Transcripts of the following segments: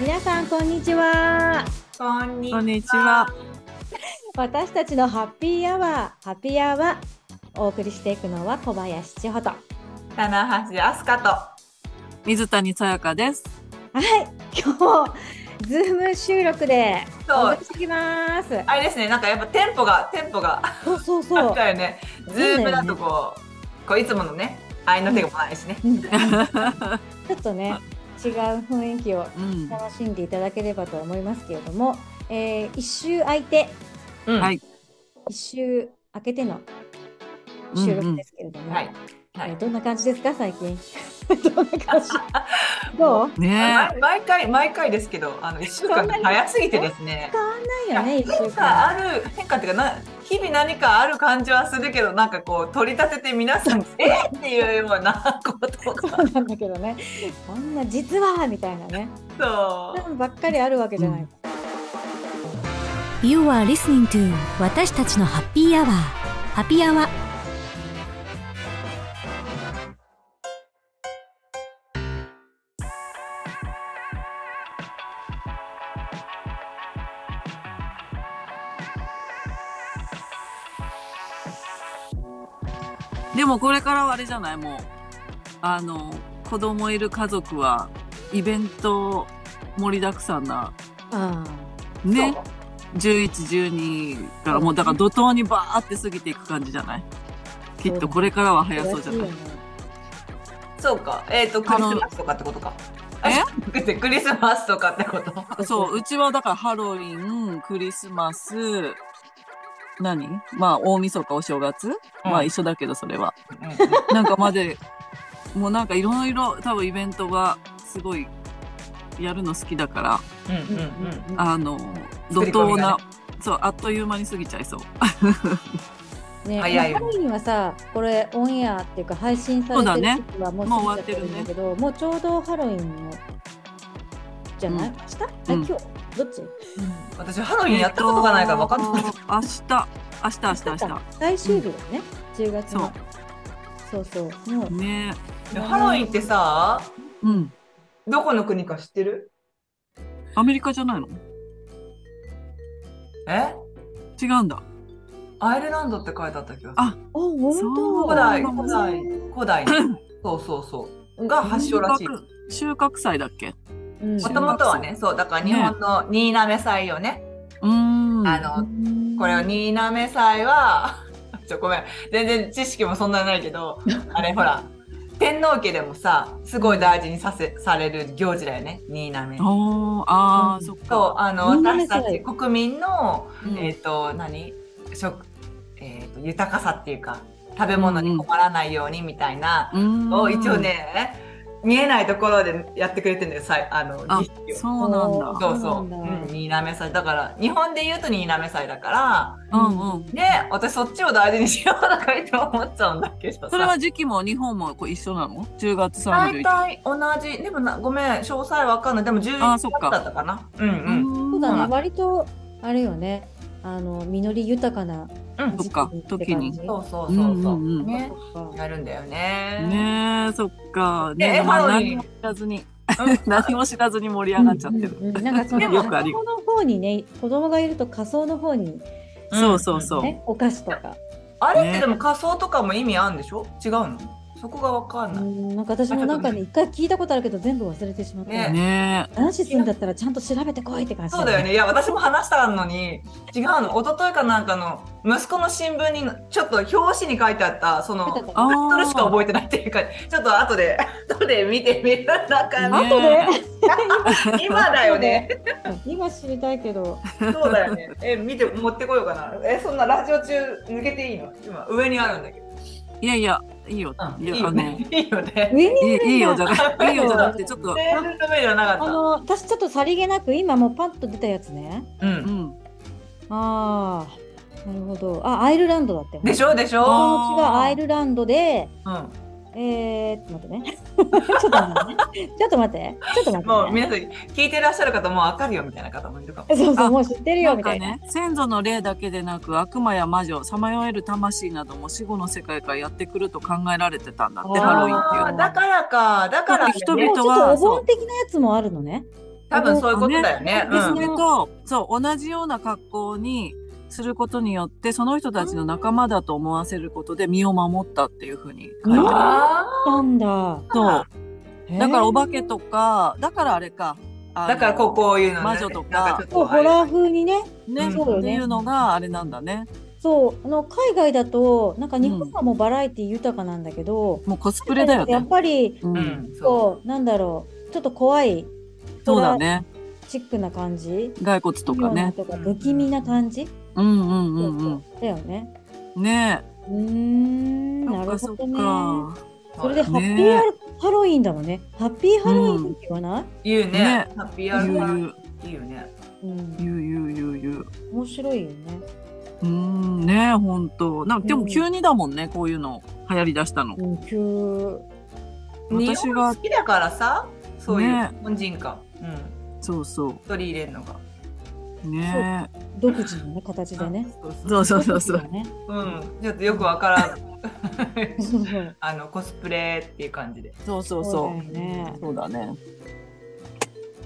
皆さんこんにちはこんにこんにちは。私たちのハッピーアワーハッピーアワーお送りしていくのは小林千穂とは棚橋あすか水谷さやかです。い今日ズーム収録でと。お送そうり。してきますあれですね、なんかやっぱテンポが、テンポがそうそうあそっうたよね。ズームだとこう、こういつものね、愛の手がもないしね。うんちょっとね違う雰囲気をうん。楽しんでいただければと思いますけれども、えー、一周空いてうんはい一周空けての収録ですけれども、はい。はえーい。どんな感じですか最近 どんな 感じどうね毎毎回、毎回ですけど、あの、一週間が早すぎてですね。変わんないよね一週変間化ある、変化っていうか、な、日々何かある感じはするけど、なんかこう、取り立てて皆さん、えっていうようなことが。そうなんだけどねこんな実はみたいなねそそんなのばっかりあるわけじゃない、う You are listening to 私たちのハッピーアワーハッピーアワーでもこれからはあれじゃないもうあの子供いる家族はイベント盛りだくさんなあう。ねそう。 1112からもうだから怒涛にバーって過ぎていく感じじゃないきっとこれからはあ早そうじゃないねそうか、えっ、と、クリスマスとかってことか。え クリスマスとかってことそううちはだからハロウィンクリスマス何まあ大晦日お正月、まあ一緒だけどそれはうんうんなんかまで、もうなんかいろいろ多分イベントがすごいやるの好きだから、うんうんうんうんあの、作り込怒み涛がな、ねそう、あっという間に過ぎちゃいそう。ね、早いよハロウィンはさこれオンエアっていうか配信されそうだてるね時はもうもう過ぎちゃってるんだけどもう,、ちょうどハロウィンのじゃない、うん明日え、うん今日どっち私ハロウィンやったことがないから分かんない。明日、明日、明日、明日。最終日だね、10月そのそうそうもうう。ねでハロウィンってさ、うん。どこの国か知ってる？アメリカじゃないのえ？違うんだ。アイルランドって書いてあった気がする。あお本そう当古代そう古代古代。 そうそうそう。が発祥らしい収。穫、収穫祭だっけうんもともとはね、そうだから日本の新滑祭をね、うーん。あのこれを新滑祭は ちょごめん全然知識もそんなにないけ ど、あれほら天皇家でもさすごい大事にさせされる行事だよね新滑。おーあうー、んそっか。そうあの新滑私祭たち国民のうんえっ、と何食、えー、と豊かさっていうか食べ物に困らないようにみたいなうーんのを一応。ね、見えないところでやってくれてるんだよさいあのあ儀式、を。そうなんおーだ。そうそそうう、なんだうん、新滑祭だから日本で言うと新滑祭だからうんうん。ね私そっちを大事にしようとかいと思っちゃうんだけどそれさは時期も日本もこう一緒なの ?10 月31大日。体同じでもなごめん詳細わかんないでも11あ月そっかだったかなうんううんそうんだまねあ割とあれよねあの実り豊かなうんそっか時期って感じそうそうそうそう、うんうんうんねそっかやるんだよねねえ、そっか。えねえ、まあハロウィン何も知らずに、うん 何も知らずに盛り上がっちゃってる。うんうんうんなんかそでのもよくあり子供の方にね子供がいると仮想の方にそうそうそう。ねお菓子とかあれっねてでも仮装とかも意味あるんでしょ違うのそこがわかんうない、んなんか私もなんかね一回聞いたことあるけど全部忘れてしまったねね話すんだったらちゃんと調べてこいって感じそうだよねいや私も話したのに違うの一昨日かなんかの息子の新聞にちょっと表紙に書いてあったその書いてあタっあイトルしかあ覚えてないっていうかちょっと後で 後で見てみる中の、ね後で 今だよね今知りたいけどそうだよねえ見て持ってこようかなえそんなラジオ中抜けていいの今上にあるんだけど、いやいや、いいよ。うん、いいやいよあのねいいよね上にいいいいよじゃゃな くて、いいよじゃなくて、ちょっと、メールの上じゃなあかっの私ちょっとさりげなく今もうパッと出たやつねた、うんうん。ああなるほどあアイルランドだってでしょでしあょ、このうちがアイルランドでうんえー、ちょっと待ってねちょっと待ってねちょっと待ってちょっと待もっうて、ね、皆さん聞いてらっしゃる方もうわかるよみたいな方もいるかも。そうそうあもう知ってるなよんみたかいなね、先祖の霊だけでなく、悪魔や魔女、さまよえる魂なども死後の世界からやってくると考えられてたんだって、あーハロウィンっていうのあーは。だからか、だから、だって人もう々ちょっとはお盆的なやつもあるのね多分そういうことだよね。で、うそんれと、そう、同じような格好にすることによって、その人たちの仲間だと思わせることで身を守ったっていうふうに書いてうある。あなんだ。そう。へーだからお化けとか、だからあれか。あーのだからこうこういうのね魔女とかなんちょっそうとあホれラー風にね、ね、うんそうよねっていうのがあれなんだね。そうあの海外だとなんか日う本んはもうバラエティ豊かなんだけど、もうコスプレだよやっね。ぱりう、うんん、そう。そうなんだろうちょっと怖いそうだね。チックな感じ骸骨とか妙なね。とか不気味な感じ、うんうんうんだよね。うん。ねうーんえ。なそるっかそほどっね。か。それでハッピーねハロウィンだもんね。ハッピーハロウィンって言わない、言うね。ねハッピーアゆルうバゆム。う、言うね。うん、ゆうゆうゆうゆう。面白いよね。うん、ねえ、ほんと。なんかでうもん急にだもんね、こういうの流行り出したの。うん、急。私日が本好きだからさ、そういうね日本人か。うん。そうそ取り入れるのが。う。ねえ。独自の、ね、形でね。あ。そうそ。そううそうそうそう。ね。うん。ちょっとよくわからん。 そうそう。あの、コスプレっていう感じで。そうそうそうそだよねう。。そうだね。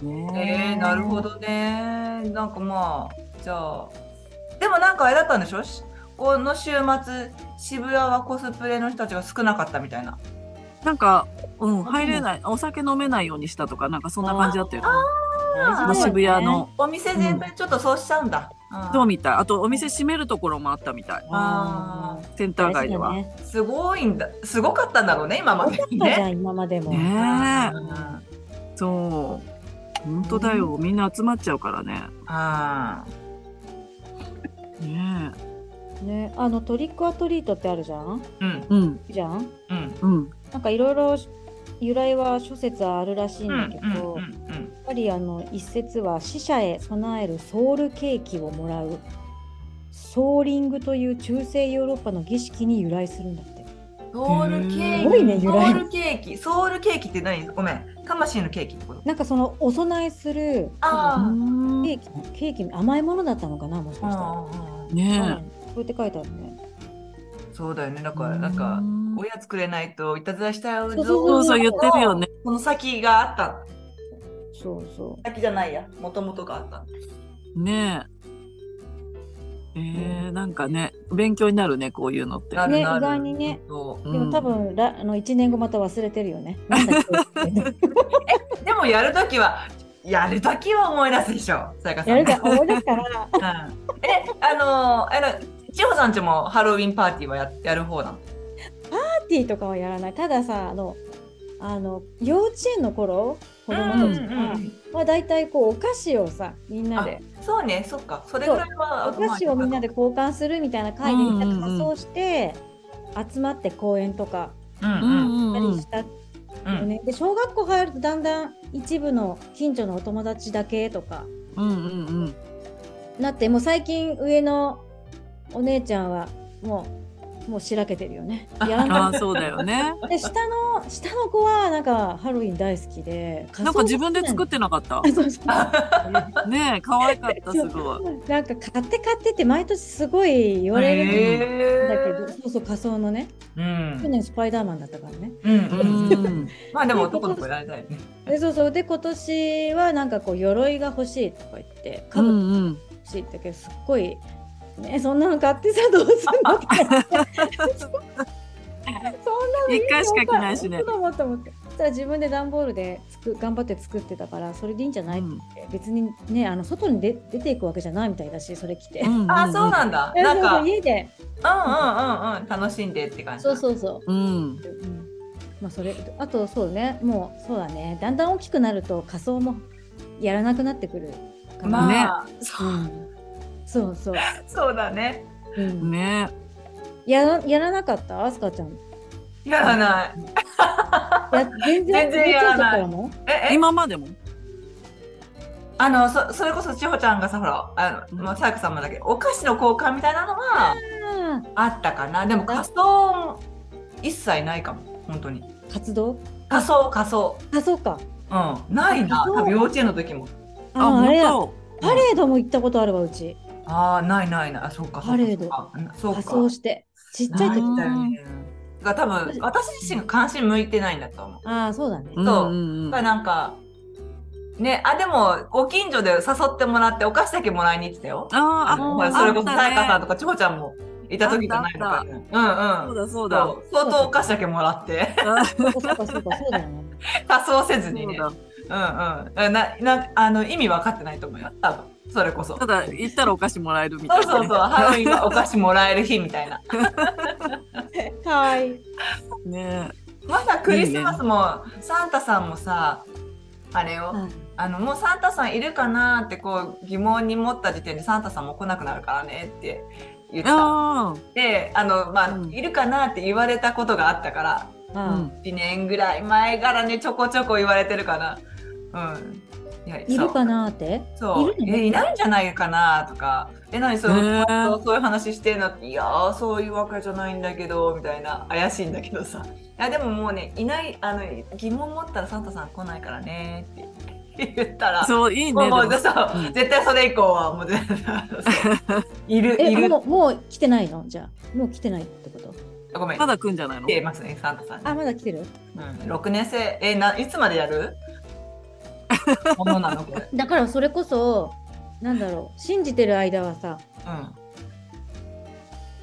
ねえー、なるほ。どね。なんかまあ、じゃあ。でもなんかあれだったんでしょしこの週末、渋谷はコスプレの人たちが少なかったみたいな。なんか、うん、入れない、お酒飲めないようにしたとか、なんかそんな感じだったよね。あまあー渋谷の。お店全体ちょっとそうしちゃうんだ。あーそうみたい。あと、お店閉めるところもあったみたい。 あーセンター街では。大ね事すごいんだ。すごかったんだろうね、今までにだね。じゃあね。今までも。え。うんあそう。本当だよ。みんな集まっちゃうからね。あねね、あのトリックアトリートってあるじゃん。ー。うん、え。うん、じゃん。うん。うん。なんかいろいろ由来は諸説あるらしいんうん、だけうん、ど、うやっん。ぱりあの一説は死者へ備えるソウルケーキをもらうソーリングという中世ヨーロッパの儀式に由来するんだって。ソウルケーキ。すごいね由来ソウルケーキ。ソウルケーキって何ごめん。魂のケーキってことなんかそのお供えするあ多ー分ケーキケーキ甘いものだったのかなもしかしたら。あうんねこうやって書いてあるね。あそうだよね。だえ。から、なんか、おやつくれないといたずらしたよ。そうそうそうそう言ってるよね。この先があった。そうそう。先じゃないや。もともとがあった。ねえ。えー、なんかね、勉強になるね、こういうのって。なるねなる意外にね。そうでも多分、らあの1年後また忘れてるよ ね。なんだっけでもやるときは、やるときは思い出すでしょ。さやかさん。やるか思い出すからうんえ、あのー、あの、千穂さんちもハロウィンパーティーはややる方なの。パーティーとかはやらないたださあのあの幼稚園の頃子供たちが、うんうんうんまあ、大体こうお菓子をさみんなでそうね、そっか、それぐらいは。お菓子をみんなで交換するみたいな会でうんうみんんうんな仮装して集まって公園とかうんううんやったりんうんしたようん。うんね、で小学校入るとだんだん一部の近所のお友達だけとかうんうんうん。なってもう最近上のお姉ちゃんはもうもうしらけてるよね。やらあなあ、そうだよね。いで下の下の子はなんかハロウィン大好きでなんか自分で作っってな かったあ。そうそうねえ、可愛かった、す ごい。なんか買って買ってって毎年すごい言われるんだけど、へーそうそう仮装のねうん去年スパイダーマンだったからねうんううんん。まあでも男の子やりたいね。でそうそうで今年はなんかこう鎧が欲しいとか言ってう家具んうん。欲しいって言ったけどすっごい、ね、そんなの買ってさどうすんの ってそんなのいいの一回しか着ないしねそう思った思ってそしたら自分で段ボールでつく頑張って作ってたからそれでいいんじゃない、うん別にねあの外に出出ていくわけじゃないみたいだしそれ着て、うんうんあ、そうなんだ。えなんか、 そううんそう家でうんうんうん、楽しんでって感じ。そうそうそううん。うんまあそれあとそうねもうそうだねだんだん大きくなると仮装もやらなくなってくるかな、まあ、そうんそうそう、そうだね。うんねやらやらなかったアスカちゃんやらない。や全然全然やらない幼稚園の時かえ、え。え、今までも。あの、そ、それこそ千穂ちゃんがさ、ほら、あの、まあ、さやかさんもだけど、お菓子の交換みたいなのは。らもあったかな。でも仮装一切ないかも。本当に。あー活動仮装仮装。あそうかうん。ないな。あそう多分幼稚園の時も。あああれだ本パレードも行ったことあるわうちああ、ないないない。あ、そうか。パレードそうかうんそうか。仮装してちっちゃいない時んあだよね。だから多分私自身が関心向いてないんだと思う。あーそうだね当。うんうんうんだからなんかね、あ、でも、ご近所で誘ってもらって、お菓子だけもらいに行ってたよ。ああーあ、のほらそれこそ、さあったねやかさんとか、ちほちゃんもいた時じゃないのあかっな。うん。そううんだそうだ。そう相当お菓子だけもらって、 そうかそうかそうかそうだよね。多想せずにそね。ううんうんな、だ。な、あの、意味分かってないと思うよ。多分、それこそ。ただ、行ったらお菓子もらえるみそうたいなね。そうそう、ハロウィンはお菓子もらえる日みたいな。はい。ねまだクリスマスも、サンタさんもさ、あれよ、あの、もうサンタさんいるかなってこう疑問に持った時点でサンタさんも来なくなるからねって言っえ。た。あで、あの、まあ、うんいるかなって言われたことがあったから、あ。あ1年ぐらい前からね、ちょこちょこ言われてるかな。うん。いやあいるかななーって。そういるのえいないんじゃないかなとかえ何そう、へーそうそういう話してんのっていやーそういうわけじゃないんだけどみたいな怪しいんだけどさいやでももうねいないあの疑問持ったらサンタさん来ないからねって言ったらそう、いい もうね。もうでもそううん絶対それ以降はもう絶対そう いるいえ、るもう、もう来てないのじゃあ。もう来てないってことごめんまだ来んじゃないの来てますねサンタさんねあ、まだ来てるうん、6年生えないつまでやるものなのこれ、だからそれこそ、なんだろう、信じてる間はさ、う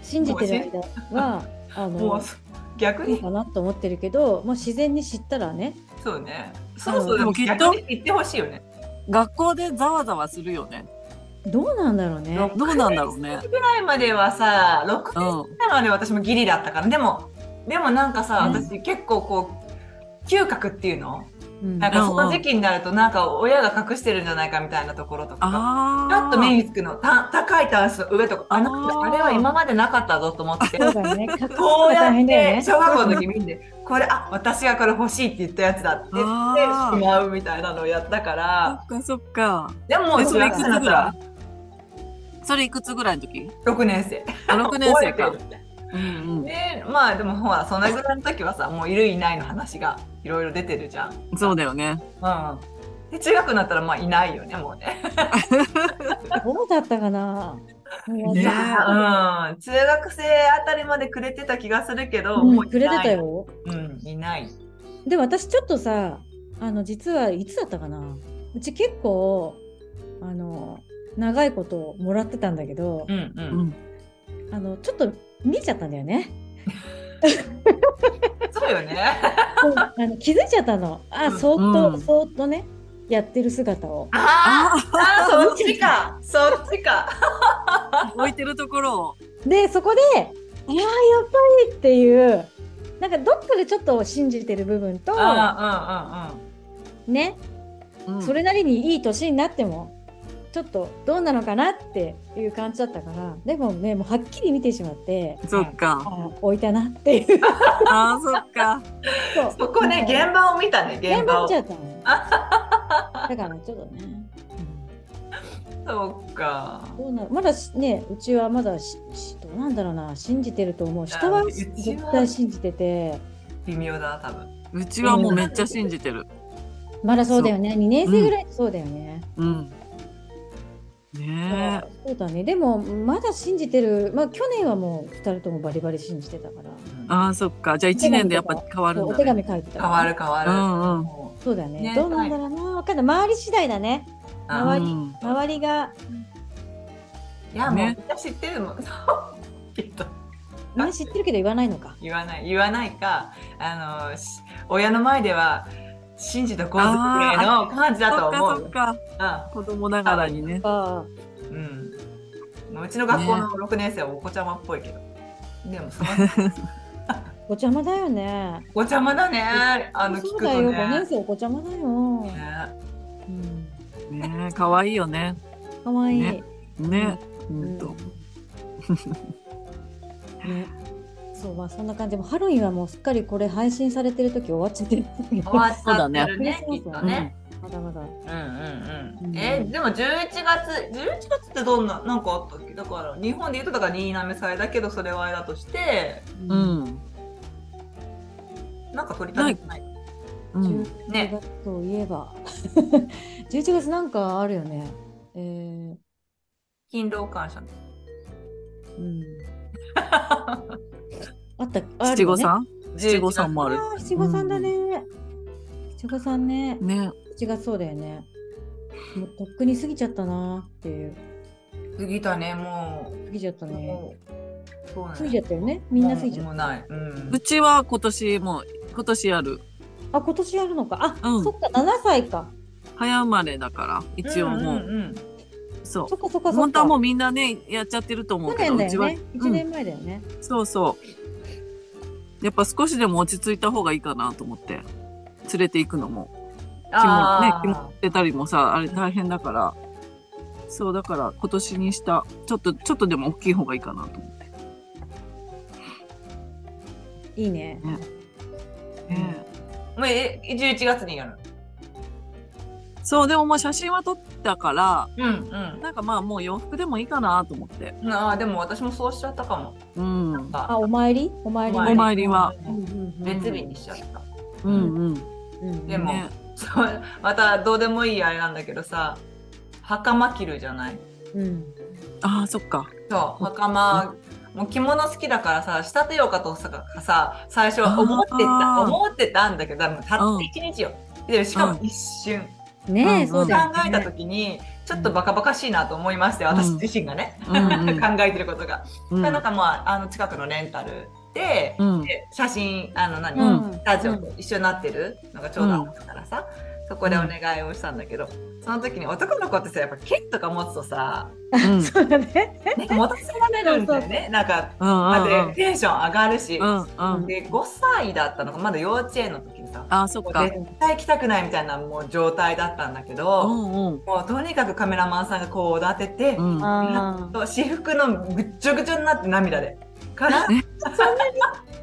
信じてる間は、あん、もうの、逆いにいかなと思ってるけど、もう自然に知ったらね、そうね。そろそろででももきっと逆に言ってほしいよね。学校でざわざわするよね。どうなんだろうね。どうなんだろうね。ぐらいまではさ、6う年ん。生まで私もギリだったから、でも、でもなんかさ、うん私結構こう、嗅覚っていうのうんなんかその時期になるとなんか親が隠してるんじゃないかみたいなところとかが。あちあ。ょっと目につくの。た高いタンスの上とか、あなんかあーあれは今までなかったぞと思って。そうだよ ね。隠すのこうがや大変っだよてね。小学校の時見んで、これ、あ、私がこれ欲しいって言ったやつだって言ってあーしまうみたいなのをやったかそらっ、かそっか。でももうえそれい中学く生つだっぐたららいそれいくつぐらいの 時6年生。あ ?6 年生か覚。えてるうんでまあでもほらそのぐらいの時はさもういるいないの話がいろいろ出てるじゃん。うん。そうだよね。うん、で中学になったらまあいないよねもうね。どうだったかな。もうねいえやうん、中学生あたりまでくれてた気がするけど、うんもういないくれてた。よ。うんいない。で私ちょっとさあの実はいつだったかなうち結構あの長いこともらってたんだけどう、んう。うんん。あのちょっと見えちゃったんだよねそうよね。そうあの気づいちゃったのあうんそーっと、うんそーっとねやってる姿をああーあーそっちかそっちか。あ、置いてるところを。でそこで「いやーやっぱり」っていうなんかどっかでちょっと信じてる部分とあーねうんそれなりにいい年になってもちょっとどうなのかなっていう感じだったからでもねもうはっきり見てしまってそっか。あ置いたなっていうああ、そっか。そううんうん。そこね現場を見たね現現場場を見ち。ゃったのだからちょっとね、そうか。うん、どうなるまだしねうちはまだししどうなんだろうな信じてると思う下あはうちは絶対信じてて微妙だな多分。うちはもうめっちゃ信じてる。まだそうだよね2年生ぐらいそうだよね、うん。ねえ。そうだねでもまだ信じてるまあ去年はもう2人ともバリバリ信じてたからああ、そっか。じゃあ1年でやっぱ変わるそうんおだ、手ね。紙書いてた変わる変わる。うんうんもそうだよねねどうなんだろうな分かんない周り次第だねう変わるうん周りがいや、もうねみんな知ってるもん。 きっとみんな知ってるけど言わないのか言わない、言わないか、あの、し親の前では。信じとこうぜあぐーらいの感じだとそっ思かそうっ。か。子供ながらにね。あうん、うん。うちの学校の六年生はお子ちゃまっぽいけど。でも、その、あお邪魔だよねお子ちゃまだね。あの、聞そうくだよ、と5年ね。生お子ちゃまだよ。ねうんねえ、かわいいよね。かわいい。ねね。ううん んと。ねそう、まあそんな感じ。でもハロウィンはもうすっかりこれ配信されてる時終わっちゃってる。終わっちそうゃだっねてるね、そうきそうっそうとね。 まだまだ。うんうんううんん。えー、でも11月、11月ってどんな、なんかあったっけだから、日本で言うとだから、新浪祭だけど、それはあれだとして、う。ん。なんか取りたいない。うん。 11月といえば、11月なんかあるよね。えー、勤労感謝の。うん。あった、ある七よ五ね。三七五三もあある。ー七五三だね。七五三ね。ね。 7月そうだよね。もうとっくに過ぎちゃったなっていう過ぎたね、も過ぎちゃったう。ねもうそうね過ぎちゃったよねみんな過ぎちゃっもたうない。うんう。ちは今年もう、今年やる。あ今年やるのかあ、うんそっか7歳か早生まれだから、一応もう。んんんそそっかそっう。かそっ本当はかもうみんなね、やっちゃってると思去うけど、年だうちよは、ね1年前だよね、うん、そうそう。やっぱ少しでも落ち着いた方がいいかなと思って、連れて行くのも。気もねあ、気もってたりもさ、あれ大変だから。そう、だから今年にした、ちょっと、ちょっとでも大きい方がいいかなと思って。いいねねーもうえ11月にやる。そう、でももう写真は撮ったから、うんなんかまあもう洋服でもいいかなと思って。うん。ああ、でも私もそうしちゃったかも。うん。あお参りお参りお参りはうんうんうん別日にしちゃった。うんうん。うんでもねそうまたどうでもいいあれなんだけどさ袴着るじゃないうんああ、そっ か。そう袴もう着物好きだからさ仕立てようかとささ最初は思ってたあー思ってたんだけど多分たったうん一日よ、でしかもう一瞬、ねえ、うんそう考だよ、ね、えた時にちょっとバカバカしいなと思いまして、私自身がね、うんう ん考えてることが、うんなんかまああの近くのレンタルで、うん。で写真あの何、うんスタジオと一緒になってるのがちょうどあったからさ、そこでお願いをしたんだけど、その時に男の子ってさやっぱ剣とか持つとさ、うんそうだねね、持たせられるんだよねなんかだってテンション上がるし、うんうんうん。で5歳だったのかまだ幼稚園の時にさああ、そっもうか。絶対来たくないみたいなもう状態だったんだけど、うんうん。もうとにかくカメラマンさんがこう当てて、うん。あーと私服のぐっちょぐちょになって涙でからえ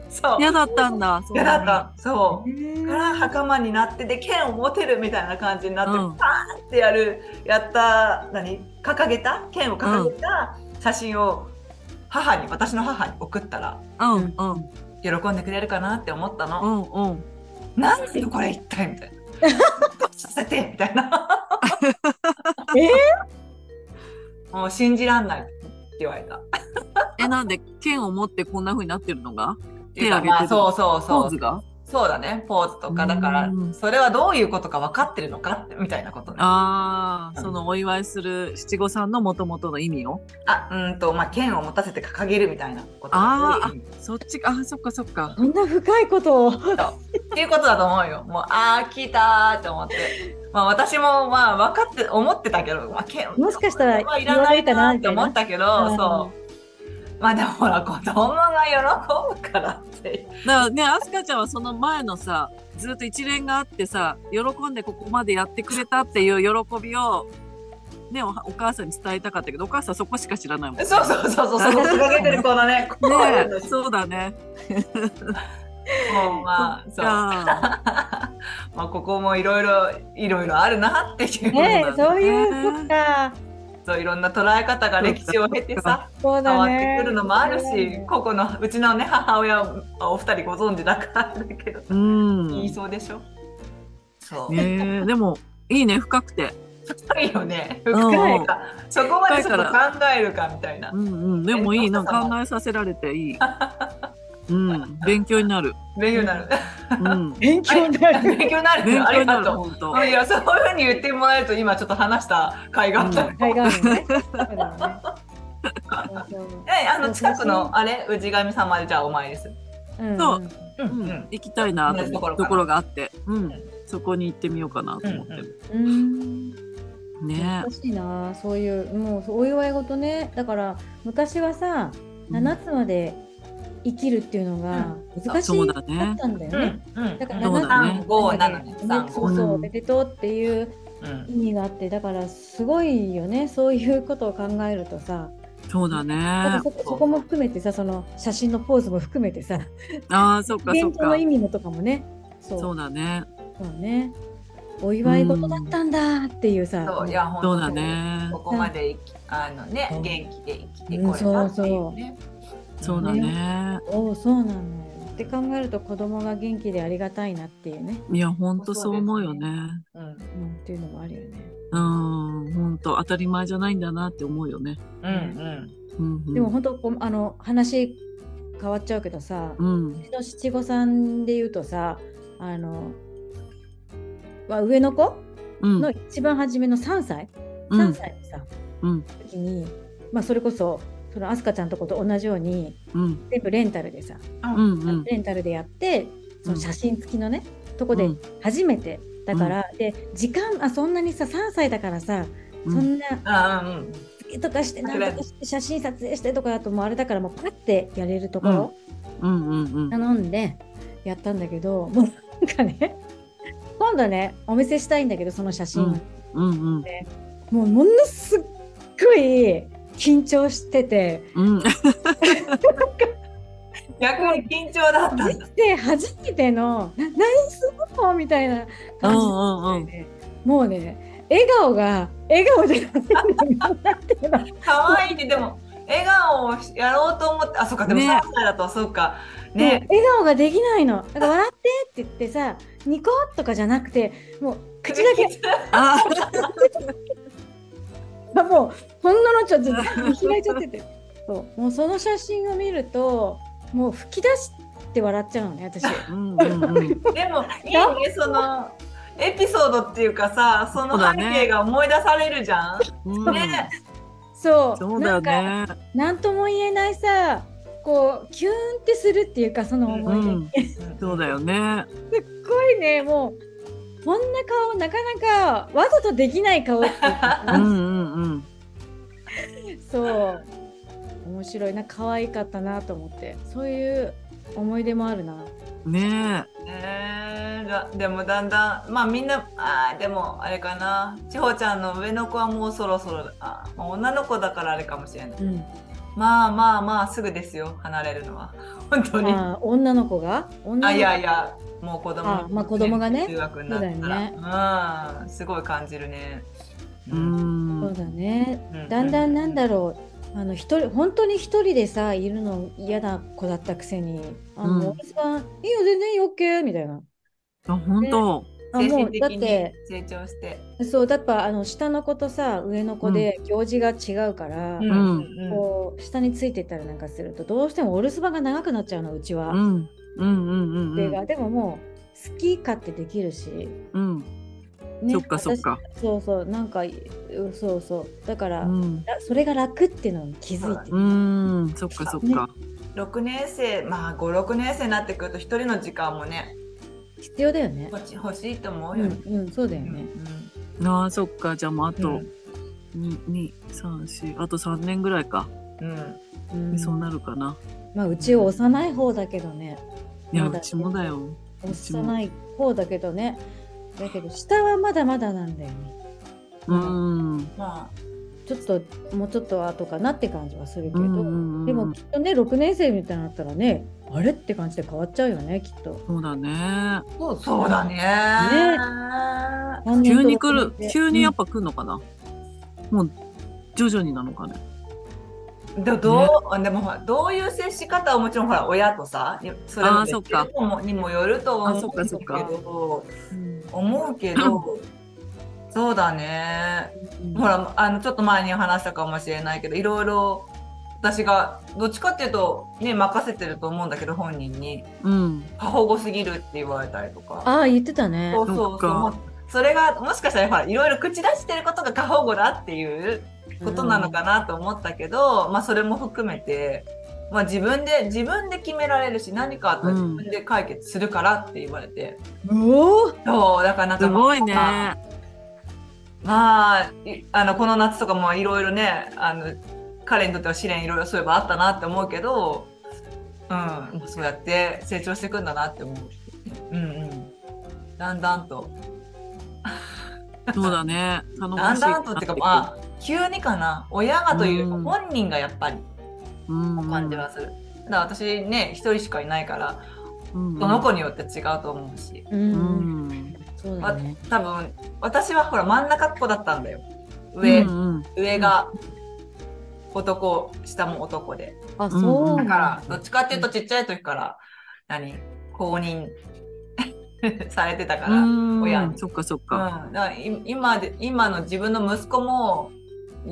そう嫌だったんだ。嫌だったそうへーから袴になってで剣を持てるみたいな感じになって、うんパーンってやるやった何掲げた剣を掲げた写真を母に私の母に送ったらうんうんうん喜んでくれるかなって思ったうの、んうん。なんでこれ一体み たいなさせてみたいなえもう信じらんないって言われたえ、なんで剣を持ってこんな風になってるのがっていうか手挙げてまあるそうそうポそーうズがそうだねポーズとかだかうらんそれはどういうことか分かってるのかってみたいなことねああ、そのお祝いする七五三の元々の意味を。あ、うんと、まあ、剣を持たせて掲げるみたいなことあーだあそっちか、ああ、そっかそっか。こんな深いことをっていうことだと思うよ。もう、ああ、来たーって思って。まあ、私も、まあ、分かって、思ってたけど、まあ、剣もしかしたらまあいらないかなって言わ思れったけど、うんそう。まあ、でもほら、子供が喜ぶからって。だからね、アスカちゃんはその前のさ、ずっと一連があってさ、喜んでここまでやってくれたっていう喜びを、ね、おお母さんに伝えたかったけど、お母さんそこしか知らないもんね。そうそうそうそう、その掲げてる子のね、こういうのねそうだね。もうまあ、そう。あまあ、ここもいろいろ、いろいろあるなっていう。ねえそういうそうそっかそう、いろんな捉え方が歴史を経てさ。そう変だわっねてくるのもあるし、うここのうちのね母親はお二人ご存知だからだけど、ーうん。言いそうでしょそう、ねえでも、いいね、深くて。深いよねうん深いか、そこまでちょっと考深えるかみたいな、うんうん。でもいい、えなどうんかしたの考えさせられて いい。うん。勉強になる。勉強にな るうん。勉強になる勉強になる勉よあ強りにながる、と本う当。うんいやそういうふうに言ってもらえると今ちょっと話した会があった、うん海岸のねそうだよねそうそうえあの近くのあれ氏神様でじゃあお前ですうんそううんううんうんん、行きたいなと同じとこ思ろかうとなころがあって、うん、そこに行ってみようかなと思ってる。うんね難しいなそういうもうお祝い事ねだから昔はさえ。 7つまで生きるっていうのが難しそうかだねっ。たんだようね。んうんだからそ7うつまだねで5-7ね3-5そうそうう、んおめでとうっていううん意味があって、だからすごいよね、そういうことを考えるとさ、そうだだからね。そこそこも含めてさ、その写真のポーズも含めてさ、ああ、そっかそ伝っ統かの。意味のとかもね、そうそうだね。そうね、お祝い事だったんだっていうさ、そういねや本そ当うだねこ。こまで生きあのねうん元気で生きてこれたっていうね。そうだね。おうそうなのよ。って考えると子供が元気でありがたいなっていうね、いや、ほんとそう思うよね。うんうん、っていうのもあるよね。うん、ほんと当たり前じゃないんだなって思うよね。うんうん、うん。でも本当こうあの話変わっちゃうけどさ、うんう。ちの七五三で言うとさあの、まあ、上の子うんの一番初めの3歳、う3ん歳のさ、うん時に、まあ、それこそそのアスカちゃんとこと同じようにうん全部レンタルでさ、うんうんレンタルでやってその写真付きのね、とこうでん初めてだから、で時間あそんなにさ3歳だからさ、うんそんなあーうんとかしてわなかんとるかして写真撮影してとかだともうあれだからもうパッてやれるところうんうんうん頼んでやったんだけど、もうなんかね今度ねお見せしたいんだけどその写真、うんうんうんもうものすっごい緊張しててうん逆に緊張だったんだ人生初めての「な何するの?」みたいな感じうんうんうんもうね笑顔が笑顔じゃないんだよなんていうの可愛いねでも笑顔をやろうと思ってあそうかでも3ね歳だとそうかもうね笑顔ができないの。だから笑ってって言ってさ、ニコッとかじゃなくて、もう口だけ、ああもうほんののちょっと開いちゃって て。そうもうその写真を見ると、もう吹き出して笑っちゃうのね、私。うんうんうんでもいいねそのエピソードっていうかさそのそうだ背ね景が思い出されるじゃんうんねそう。そうだよなんか、ねなんとも言えないさ、こう、キューンってするっていうか、その思い出。うんそうだよねすっごいね、もう、こんな顔、なかなかわざとできない顔っていうか うんうんうんそう。面白いな、可愛かったなと思って、そういう思い出もあるな。ねえーだでもだんだんまあみんなあーでもあれかな千穂ちゃんの上の子はもうそろそろあーまあ女の子だからあれかもしれないうん。まあまあまあすぐですよ離れるのは本当にあー、女の子が。女の子あいやいやもう子供あまあ子供がね中学になったそらう,、んすごい感じるねえうそうだんね。うだんだんなんだろう。あの一人本当に一人でさいるの嫌な子だったくせに「あのうんおじさんいいよ全然いいよ OK」みたいな。あ本当あ精も神うだっ的にて成長してそうだっぱあの下の子とさ上の子で行事が違うから、うんうんこう下についてったりなんかするとどうしてもお留守番が長くなっちゃうのうちは。うんうんうんうんうでんがでももう好き勝手できるし、ね、うんそっかそっか私そうそうなんかうんそうそうだから、うんらそれが楽っていうのに気づいて、うんそっかそっか6年生まあ56年生になってくると一人の時間もね必要だよね。欲し欲しいと思ううよんね、うんそうだようんね。あーそっかじゃあもうあうんと234あと3年ぐらいかうんうんそうなるかなまあうち幼い方だけどねいやまだうちもだよちも幼い方だけどねだけど下はまだまだなんだよね。うんうんまちょっともうちょっと後かなって感じはするけうど、んうんでもきっとね6年生みたいになったらねあれって感じで変わっちゃうよねきっと。そうだねあそうそうだね急に来る急にやっぱ、ぱ来るのかなもう徐々になのかねでどう、でもほらどういう接し方はもちろんほら親とさそれあもーそっかにもにもよるとはあ思そうっかんだそっけかどうん思うけど そうだねほらあのちょっと前に話したかもしれないけどいろいろ私がどっちかっていうとね任せてると思うんだけど本人にうん過保護すぎるって言われたりとかああ言ってたねそうそうそっそうかそれがもしかしたらほらいろいろ口出してることが過保護だっていうことなのかなと思ったけど、まあそれも含めて、まあ、自分で自分で決められるし何かあったら自分で解決するからって言われて、うおーそうだからなんかすごいねまあ、いあのこの夏とかもいろいろねあの彼にとっては試練いろいろそういえばあったなって思うけど、うん、そうやって成長していくんだなって思う。うんうん、だんだんとそうだね頼もしいだんだんとっていうかまあ急にかな親がというよりうもん本人がやっぱりうん感じはする。ただ私ね一人しかいないからうんその子によって違うと思うしうん、うんそうだね多分私はほら真ん中っ子だったんだよ上、うんうん上が男下も男であそうだから、どっちかっていうとちっちゃい時から、何、公認 されてたから。うんうん親にそっかそっだかからい今で、今の自分の息子も、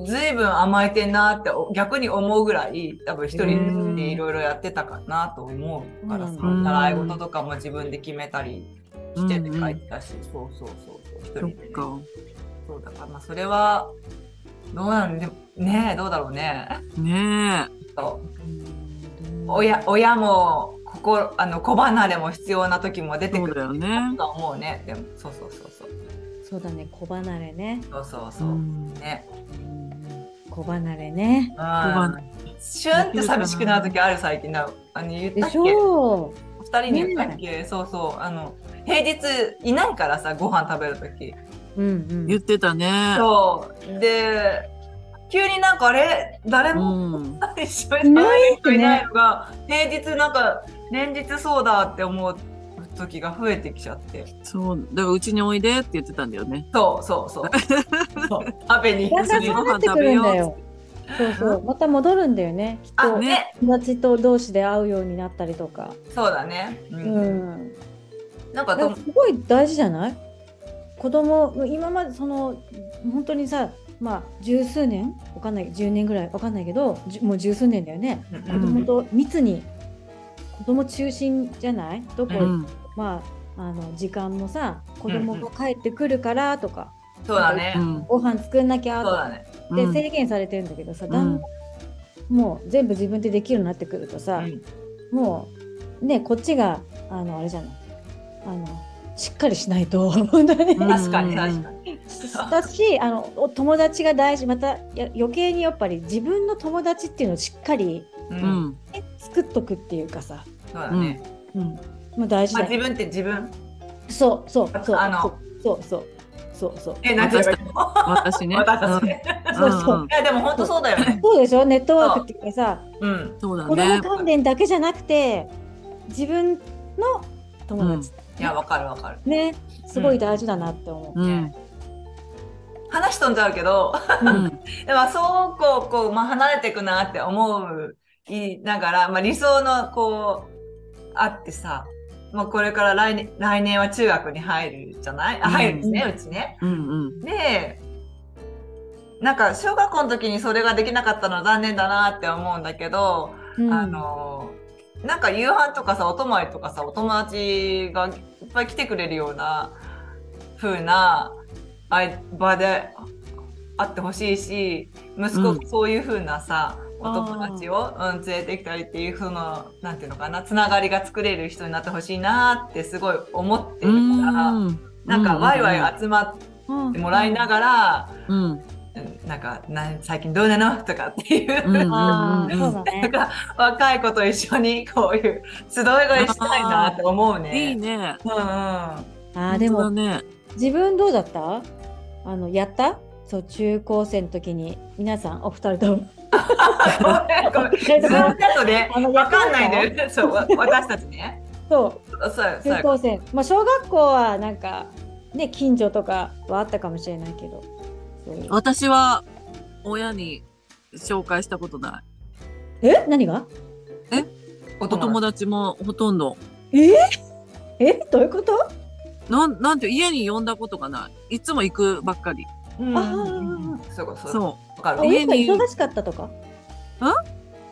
ずいぶん甘えてんなってお逆に思うぐらい多分一人でいろいろやってたかなと思うからさうん習い事とかも自分で決めたり来てて書いてたし、そうそうそうそう、一人でそっね、か。そうだから、まあ、それは、どうなんでも、ねえ、どうだろうね。ねえ。そううん親親も心あの子離れも必要な時も出てそくうだるよね。とは思うねでもそうそうそうそうそうだね、子離れね。そうそうそうう、んね子離れね。う離んシュンって寂しくなる時ある最近なあの言っでたっしけょう。二人に言ったっけ、そうそうあの平日いないからさご飯食べる時うんう言っん。てたね。そうで急になんかあれ誰うもん。一緒に食べる人いないのが、平日なんか連日そうだって思う時が増えてきちゃってそう。だからうちにおいでって言ってたんだよね。そうそうそう。そう食べに行だくんだんしそうなってくるんだよご飯。そうそう。また戻るんだよね。きっあと、ね、友達と同士で会うようになったりとか。そうだね。う。うんん。なんかだとからすごい大事じゃない子供今までその本当にさまあ十数年わかんない10年ぐらいわかんないけどじゅもう十数年だよねうん子供と密に、子供中心じゃないどこ、うん。まああの時間もさ子う供んうが帰ってくるからとか、そうだねう。ん。ご飯作んなきゃそうとだかね。でうん制限されてるんだけどさ、うんだんだんもう全部自分でできるようになってくるとうさ、んもうねこっちがあのあれじゃないあのしっかりしないと 本当にうん確かに確かに。だしあのお友達が大事またや余計にやっぱり自分の友達っていうのをしっかり、う。うんん。ね作っとくっていうかさ、そうだね。うん、まあ大事まあだよ自分って自分。そうそうそうあのそうそうそうそうえ、なんか私私ね。私たちうんね。そうそううんうん いやでも本当そうだよね。そうでしょネットワークっていうかさうん。そうだ子供ね。関連だけじゃなくて自分の友達、いやわかるわかる。ねすごい大事だなって思う。うん。話飛んじゃうけど、うん。でもそうこうこうまあ離れていくなって思ういながら、まあ理想のこうあってさ。もうこれから来年来年は中学に入るじゃないあ入るんですね、うちね。うん。うん。で、なんか小学校の時にそれができなかったのは残念だなって思うんだけど、うんあの、なんか夕飯とかさ、お泊まりとかさ、お友達がいっぱい来てくれるような風なあい場であってほしいし、息子うんがそういう風なさ、おあー友達を、うん、連れてきたりっていう、その、なんていうのかな、つながりが作れる人になってほしいなってすごい思ってるから、なんかワイワイ集まって、ってもらいながら、うんうんなんかなん最近どうなのとかっていう、うんうんあうーんそううんだなんね。か若い子と一緒にこういう集いがしたいなって思うね。いいうね。んうん、 あーでも本当だね。自分どうだったあのやったそう中高生の時に皆さんお二人ともごめんごめん。ずっとねあのわかんないやっで、ね、そうわ私たちね。そそうそうう中高生まあ小学校はなんかね近所とかはあったかもしれないけどそういう私は親に紹介したことない。え何がおお友達達もほとんど。ええどういうこと、なん、なんて家に呼んだことがない。いつも行くばっかり。うんあーそういうことそういうそことわかる。親が家に忙しかったとかん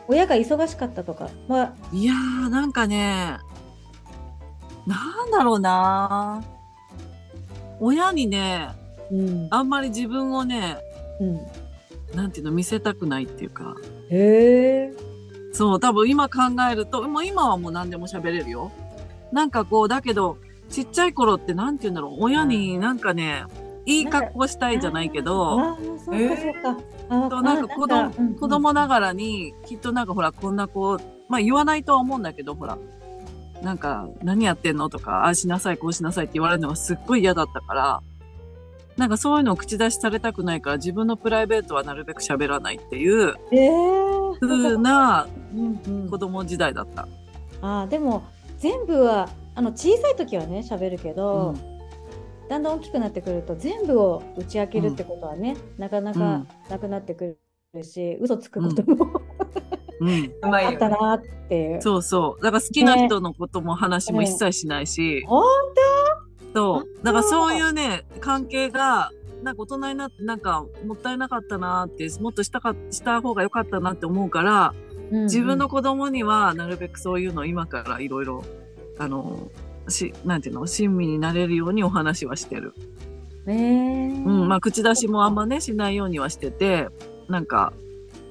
親が忙しかったとかまあう。いやー、なんかね、なんだろうな親にね、うんあんまり自分をね、うんなんていうの、見せたくないっていうか。へえそう、多分今考えると、もう今はもう何でも喋れるよ。なんかこう、だけど、ちっちゃい頃ってなんて言うんだろう、親になんかね、いい格好したいじゃないけど、ああそうかそうか、あとなんか子供子供ながらに、きっとなんかほら、こんな子、まあ言わないとは思うんだけど、ほら、なんか、何やってんのとか、ああしなさい、こうしなさいって言われるのがすっごい嫌だったから、なんかそういうのを口出しされたくないから、自分のプライベートはなるべく喋らないっていう、ええ風なうんうん子供時代だった。あーでも全部はあの小さい時はね喋るけど、だんだん大きくなってくると全部を打ち明けるってことはね、なかなかなくなってくるし、嘘つくこともうん。うんうまいあよったね。なっていう。そうそう。だから好きな人のことも話も一切しないし、本そう。だからそういうね、関係が、なんか大人になって、なんかもったいなかったなって、もっとしたか、した方が良かったなって思うから、当、うんうん自分の子供にはなるべくそういうのを今からいろいろ、あの、し、なんていうの、親身になれるようにお話はしてる。えーうん、まあ、口出しもあんまね、しないようにはしてて、なんか、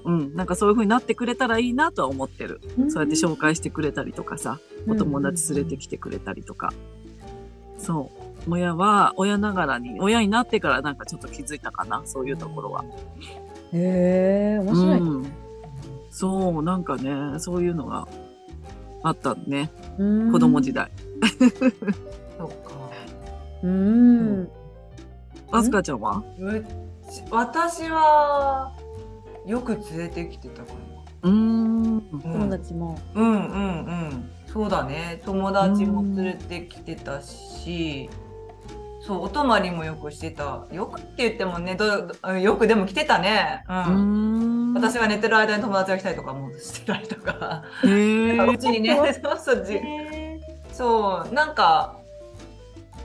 うん、なんかそういう風になってくれたらいいなとは思ってる。そうやって紹介してくれたりとかさ、お友達連れてきてくれたりとか。そう。親は、親ながらに、親になってからなんかちょっと気づいたかな、そういうところは。へえー、面白い。うん、そう、なんかね、そういうのがあったね、うん子供時代。そっか。うん。あすかちゃんはうち私はよく連れてきてたかうーん。な。うん友達も。うんうんうん。そうだね。友達も連れてきてたし、そう、お泊まりもよくしてた。よくって言ってもね、どうんよくでも来てたね。う。うんん。私が寝てる間に友達が来たりとかもしてたりとか。へうーちにね、そうそう、じへそう、なんか、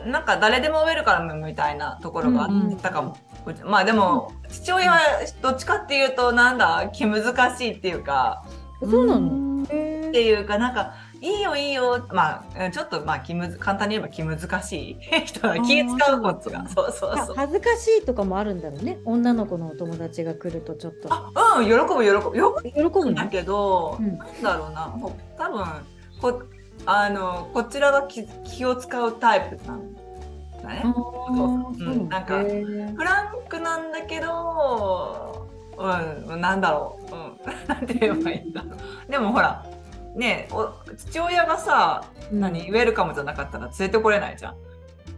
なんか誰でもウェルカムみたいなところがあったかも。うちまあでも、父親はどっちかっていうと、なんだ、気難しいっていうか、ーそうなの。っへていうか、なんか、いいよいいよ、まあ、ちょっとまあ気むず、簡単に言えば気難しい 人は気使うことが、そうそうそう。恥ずかしいとかもあるんだろうね。女の子のお友達が来るとちょっとあ、うん、喜ぶ喜ぶ。喜喜ぶぶんだね。けど、うんなんだろうな、ほ多分こあのこちらが気気を使うタイプなんだね。ーうんなんかへーフランクなんだけど、うん、なんだろう、うん、 なんて言えばいいんだろう。でもほら、ねえお父親がさ、何、ウェルカムじゃなかったら連れてこれないじゃん。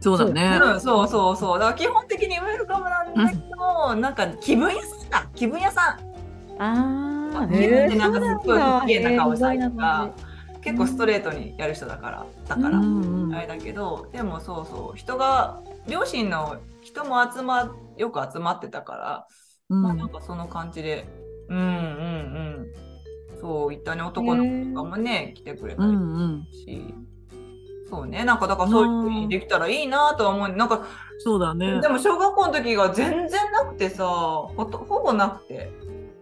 そうだね。うん、そうそうそう。だから基本的にウェルカムなんだけど、なんか気分屋さんだ、気分屋さん。ああ。気分でなんかへすーっごい綺麗な顔したりと。そうなんだへー意外なか感じ、結構ストレートにやる人だから、だから。うんうんあれだけどでもそうそう人が両親の人も集まよく集まってたから、うまあなんんかその感じでうんうんうんそういったね男の子とかもね、来てくれたうりんうん。し、そうねなんかだからそういうふうにできたらいいなとは思うなんかそうだねで。も小学校の時が全然なくてさほとほぼなくて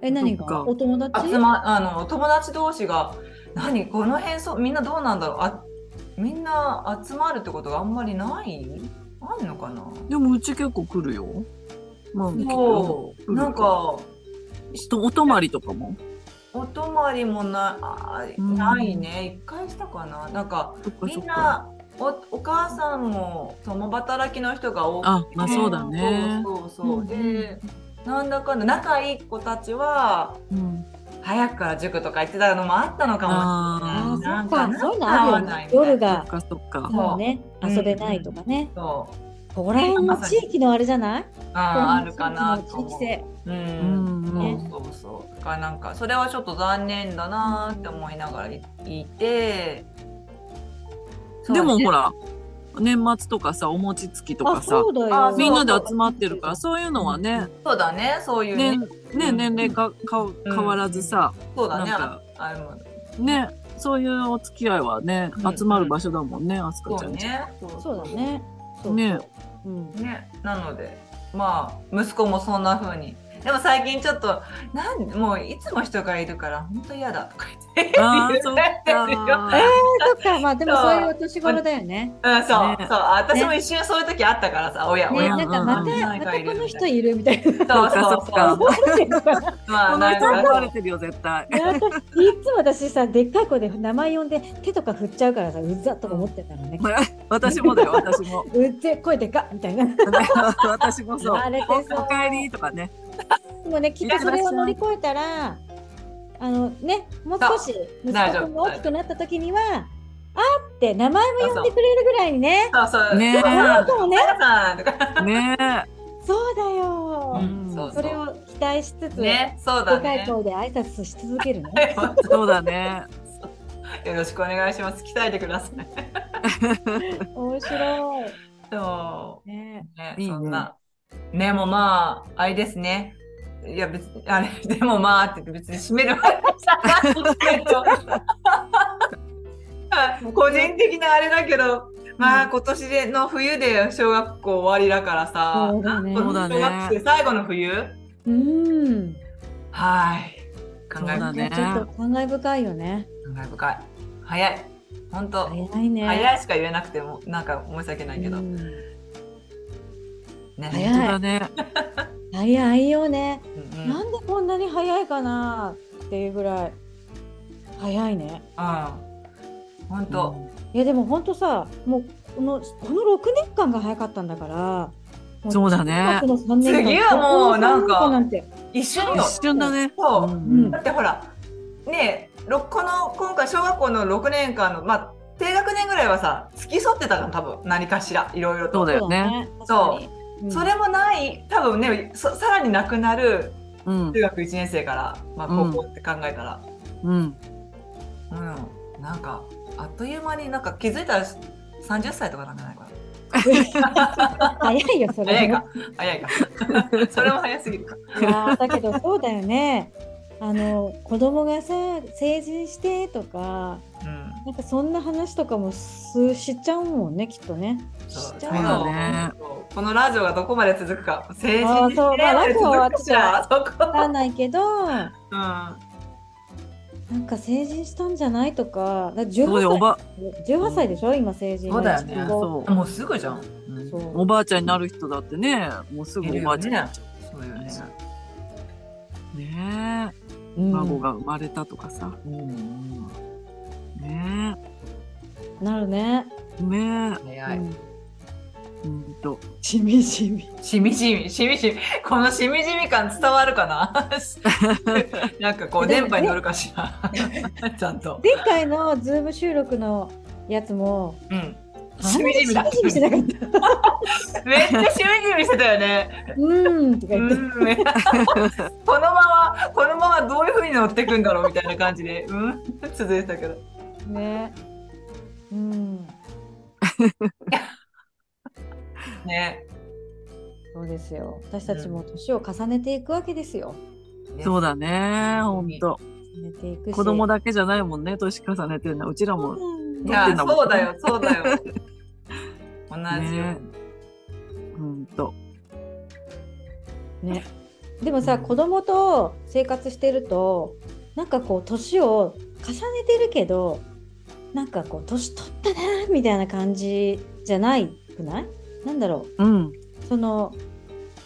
え、何そっかがお友達集まあの友達同士が何この辺そうみんなどうなんだろうあみんな集まるってことがあんまりないあんのかなでもうち結構来るよ。まあ、そうなんかお泊まりとかも。お泊まりもなあうんないね一回したかななんかそっかみそっんか。なおお母さんも共働きの人が多くてあ、まあそうだね。そうそうそう、うんでなんだかんだ仲いい子たちはうん。早くから塾とか行ってたのもあったのかもしれないああーなあ、んそっかか、そういうのあるよなんか合わないねみ。たいな夜そがっ。かそっか。そうね、うん遊べないとかね。そうここら辺の地域のあれじゃない？あーあるかなと地思域う。性。ううんん、そうそうそう。だからなんかそれはちょっと残念だなーって思いながらいいて。そうでもねほら、年末とかさ、お餅つきとあ、かさそ、うだあよ。みんなで集まってるから、そういうのはね、そうだね、そういうねね。、ね、年齢か、か、変わらずさ、そうだね。なんかああのね、そういうお付き合いはね、うん集まる場所だもんね、あすかちそゃうんち。ね。そうだ。ね。そうね。うん。ね、なので、まあ息子もそんな風に。でも最近ちょっとなんもういつも人がいるから本当嫌だとか言って。あーそっ か言ってるよそっか、まあでもそうそういうお年頃だよね。うん、そう、ねそう、私も一瞬そういう時あったからさ、親、ね、な親。んかまたうんうんまたこの人いるみたいな。そうそうそ っそかう。まこあ、のな人んか怒られてるよ、絶対。いや私いつも私さでっかい子で名前呼んで手とか振っちゃうからさうざっとか思ってたのね。私もだよ、私も。 うぜ声でかっみたいな。私もそう。あれでおそうおかえりとかね。でもね、きっとそれを乗り越えたら、あのね、もう少し息大子丈く夫んが大きくなった時には、あって名前も呼んでくれるぐらいにね、そうそう。ねえそうそうかもね、さんとか。ねえ。そうだよ、うんそうそれを期待しつつ、ね、そうだでかいね。声で挨拶し続けるね。そうだね。よろしくお願いします。鍛えてください。 面白い。そね、う、ね、いいねそんな。ね、もうまあ、あれですね。いや、別に、あれ、でもまあって言って別に閉めるわけじゃない個人的なあれだけど、まあ、今年での冬で小学校終わりだからさ、そうだねそうだね小学生最後の冬うん、はい。考そうえ深だい。ねちょっと感慨深いよね。考え深い。早い。本当早いね。早いしか言えなくてもなんか申し訳ないけど、うんね、早い本当だね。早いよね。うんうんなんでこんなに早いかなっていうぐらい早いね。うん本当、いやでも本当さ、もうこのこの六年間が早かったんだから。もそうだね中学の三年間次はもうなんか高校の三年間なんて一緒よ一瞬だね。そう、うんだってほらねえろこの今回小学校の6年間のまあ低学年ぐらいはさ付き添ってたじゃん多分何かしらいろいろそとうだよね。。そ確かうにうんそれもない多分ねそさらになくなるうん中。学1年生から、まあ、うん高校って考えたら、うん。うんなんかあっという間になんか気づいたら30歳とかなんじゃないかな 早いよそれ。早いか早いか それも早すぎるかいやーだけどそうだよね。あの子供がさ成人してとかうんなんかそんな話とかもすしちゃうもんねきっとね。そうしちゃうそうだよねそうこのラジオがどこまで続くか成あ人ーそうまあまで続くかそわこかんないけどなうんんか成人したんじゃないとかだそうだよ、お18ば、歳18歳でしょ今成人そうだよね15そもうすぐじゃん。うんそうおばあちゃんになる人だってね、もうすぐいるおよばあちゃんになねっちゃ。そうよね。う。ねうえ。ん孫が生まれたとかさ。うんねなるね。え。ね早い。え。うんと。しみしみ。しみじみ、しみじみ、このしみじみ感伝わる かななんかこう、電波に乗るかし らちゃんと。前回のズーム収録のやつもうん。あんしみじみだ。なしみしみしてなか った。めっちゃしみじみしてたよね。うんとかう言って。ん。 このまま、このままどういうふうに乗ってくんだろうみたいな感じで、うん。 続いてたけど。ね。うん。ね。そうですよ。私たちも年を重ねていくわけですよ。そうだね。ほんと。重ねていくし。子供だけじゃないもんね。年重ねてるのは。うちらも。うん。いねや、そうだよ、そうだよ。同じよ。ねうんと。ね。でもさ、子供と生活してると、なんかこう年を重ねてるけど、なんかこう年取ったなみたいな感じじゃないくない？なんだろうん。う。その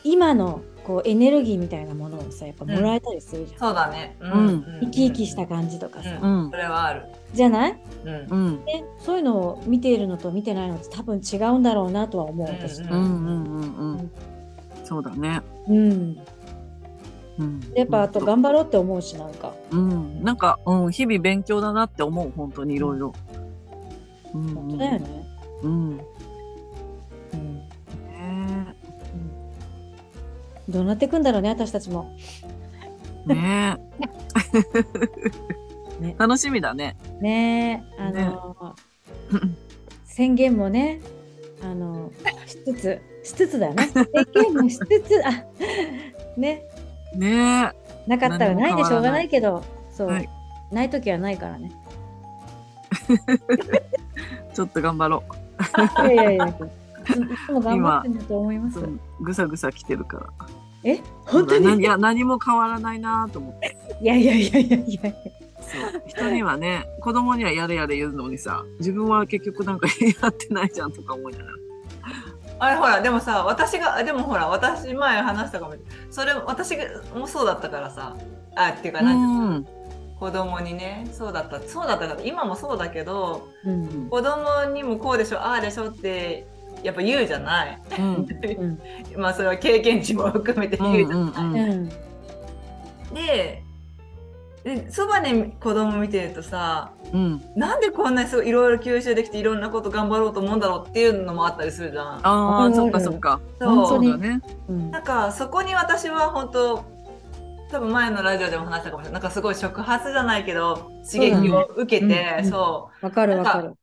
今のこうエネルギーみたいなものをさ、やっぱもらえたりするじゃん。そうだね。ううん生き生きした感じとかさ、うんうんそ。れはある。じゃない？うん。うん。ね、そういうのを見ているのと見てないのって多分違うんだろうなとは思ううん私。うんうんうんうん。そうだね。うん、うん。やっぱあとほ頑ん張ろうって思うしなんか、うん。なんか、うん、日々勉強だなって思う、本当にいろいろ。うん本当だよ。ね。うん。うんねどうなっていくんだろうね私たちも。え。ねえね楽しみだね。ねえあの、宣言もねあのしつつしつつだよね宣言もしつつあねねなかったらないでしょうがないけどそう、はないい、時はないからね。え。ちょっと頑張ろいやいやいやいつも頑張ってると思いまう。すそ。うぐさぐさ来てるから。え本当なにいや、何も変わらないなと思って。いやいやいやいやいや。そう人にはね、子供にはやれやれ言うのにさ、自分は結局なんかやってないじゃんとか思いながら。あれほらでもさ私があでもほら私前話したかもそれ私がもそうだったからさあっていうかなんていうのうん。子供にねそうだったそうだったから今もそうだけどうん子供にもこうでしょああでしょってやっぱ言うじゃないうん。うんまあそれは経験値も含めてう言んうじゃうんない、うん。うんででそばに子供見てるとさうん。なんでこんなにすごいいろいろ吸収できていろんなこと頑張ろうと思うんだろうっていうのもあったりするじゃん。うああ、んそっかそっか。そう本当にだね。うんなんかそこに私は本当多分前のラジオでも話したかもしれないなんかすごい触発じゃないけど刺激を受けそうだてねそうう,、んわかるわかなる。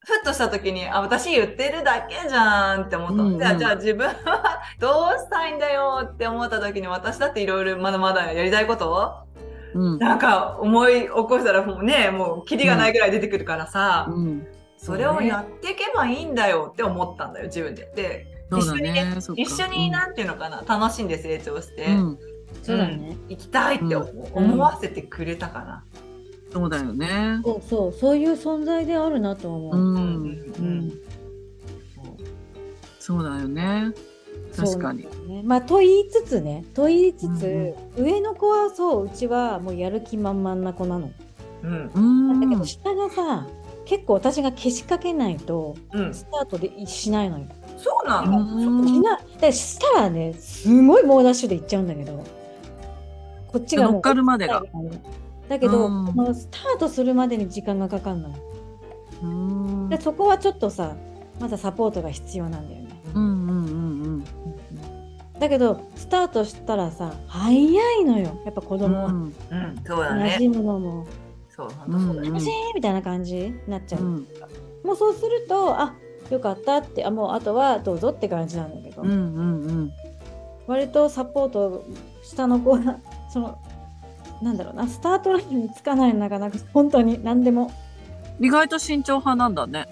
ふっとした時にあ私言ってるだけじゃんって思った、うんうんじゃあじゃあ自分はどうしたいんだよって思った時に私だっていろいろまだまだやりたいことをうん。なんか思い起こしたらもうねもうキリがないぐらい出てくるからさ、うん。それをやっていけばいいんだよって思ったんだよ自分で。でそうだね。そっか一緒に、なんていうのかな、楽しんで成長して。うん。そうだね。行きたいって思,、う思わせてくれたかな。そうだよね。そうそうそういう存在であるなとは思うう。ん。うんそうだよね。確かに。ね、まあと言いつつねと言いつつ、うん上の子はそううちはもうやる気満々な子なの。うんうだけんど。下がさ結構私がけしかけないとうんスタートでしないのよ。そうなうのんしなでしたらねすごい猛ダッシュで行っちゃうんだけどこっちが乗もっうかるまでが。だけど、うんこのスタートするまでに時間がかかんない。うん。うんでそこはちょっとさまだサポートが必要なんだよね。うんうんうん。だけどスタートしたらさ早いのよやっぱ子供は、うんうんそうだ馴ね染むのもそう本当そう「だうんね楽しい!」みたいな感じになっちゃう、うんもうそうすると「あよかった」ってあもうあとはどうぞって感じなんだけど、うんうん割とサポート下の子が そのなんだろうなスタートラインにつかないのなかなか本当に何でも意外と慎重派なんだね。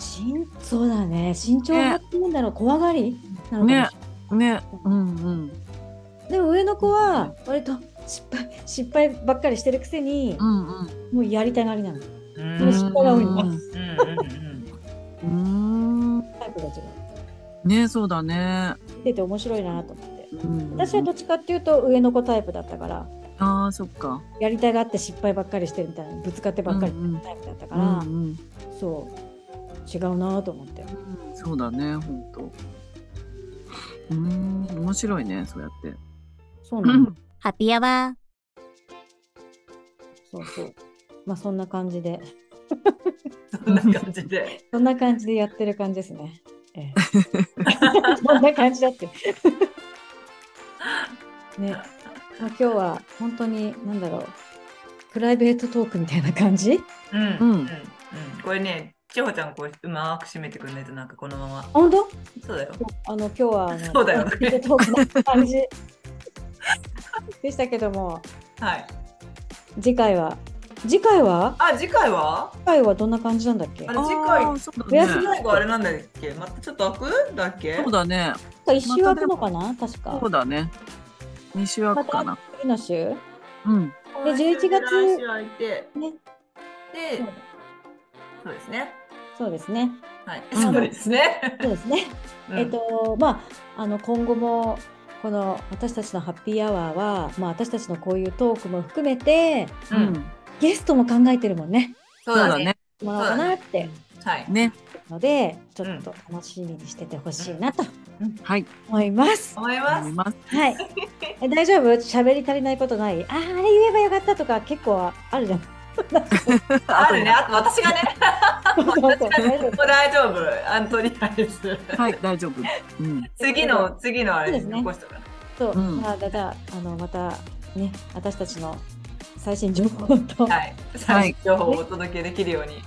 慎そうだね慎重派って言うんだろう、怖がりなのかもしれないねね。うんうん。でも上の子は割と失敗失敗ばっかりしてるくせにう、んうん。もうやりたがりなのうでもん失敗が多いんだうんうん。うんタイプが違うねそうだね。見てて面白いなと思ってうん私はどっちかっていうと上の子タイプだったからああ、そっか。やりたがって失敗ばっかりしてるみたいなぶつかってばっかりうんうんタイプだったかうら、んうん。そう違うなと思ってそうだね、本当。うーん、面白いね、そうやって。そうなの、ハッピーアワー。そうそうまあそんな感じでうんそんな感じでそんな感じでやってる感じですね、 ええ、そんな感じだってねまあ、今日は本当に何だろうプライベートトークみたいな感じうんううんんうんこれね千穂ちゃんこれうまく締めてくんないとなんかこのまま本当そうだよあの今日はあのそうだよねプライベートトークな感じでしたけどもはい次回は次回はあ次回は次回はどんな感じなんだっけあなんれか次回あーそうおだ休みね。最後あれなんだっけまたちょっと開くだっけそうだね。一週空くのかな確かそうだね。二週空くかな。次の週ねうん。で11月来週空いてでそうですねそうですねはいうんそうですね そうですねえっとまああの今後もこの私たちのハッピーアワーは、まあ、私たちのこういうトークも含めてうんうん。ゲストも考えてるもんねそそううだだねね。もらおうかなってはいね。のでちょっと楽しみにしててほしいなとはい。思います。思いま思いすます。はい、え大丈夫喋り足りないことないあーあれ言えばよかったとか結構あるじゃん。あるねあと私がねそうそうそう 大丈夫もう大丈夫アントニアイ スはい、大丈夫。うん。次の次のあれに残しとくそう、うんまあ、だからあのまたね私たちの最新情報とはい最新情報をお届けできるように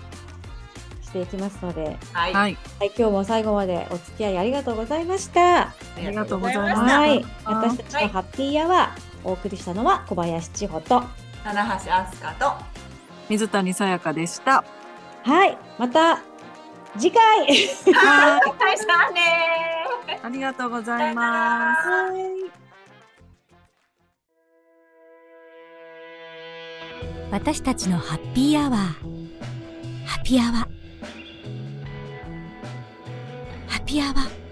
していきますので、はいはい。はい、今日も最後までお付き合いありがとうございました。ありがとうございましたはい、あ私たちのハッピーアワー、お送りしたのは小林千穂と。棚橋飛鳥と水谷さやかでした。はい、また次回。ははいじゃあねーい。ありがとうございます。はい私たちのハッピーアワー。ハッピーアワー。ハッピーアワー。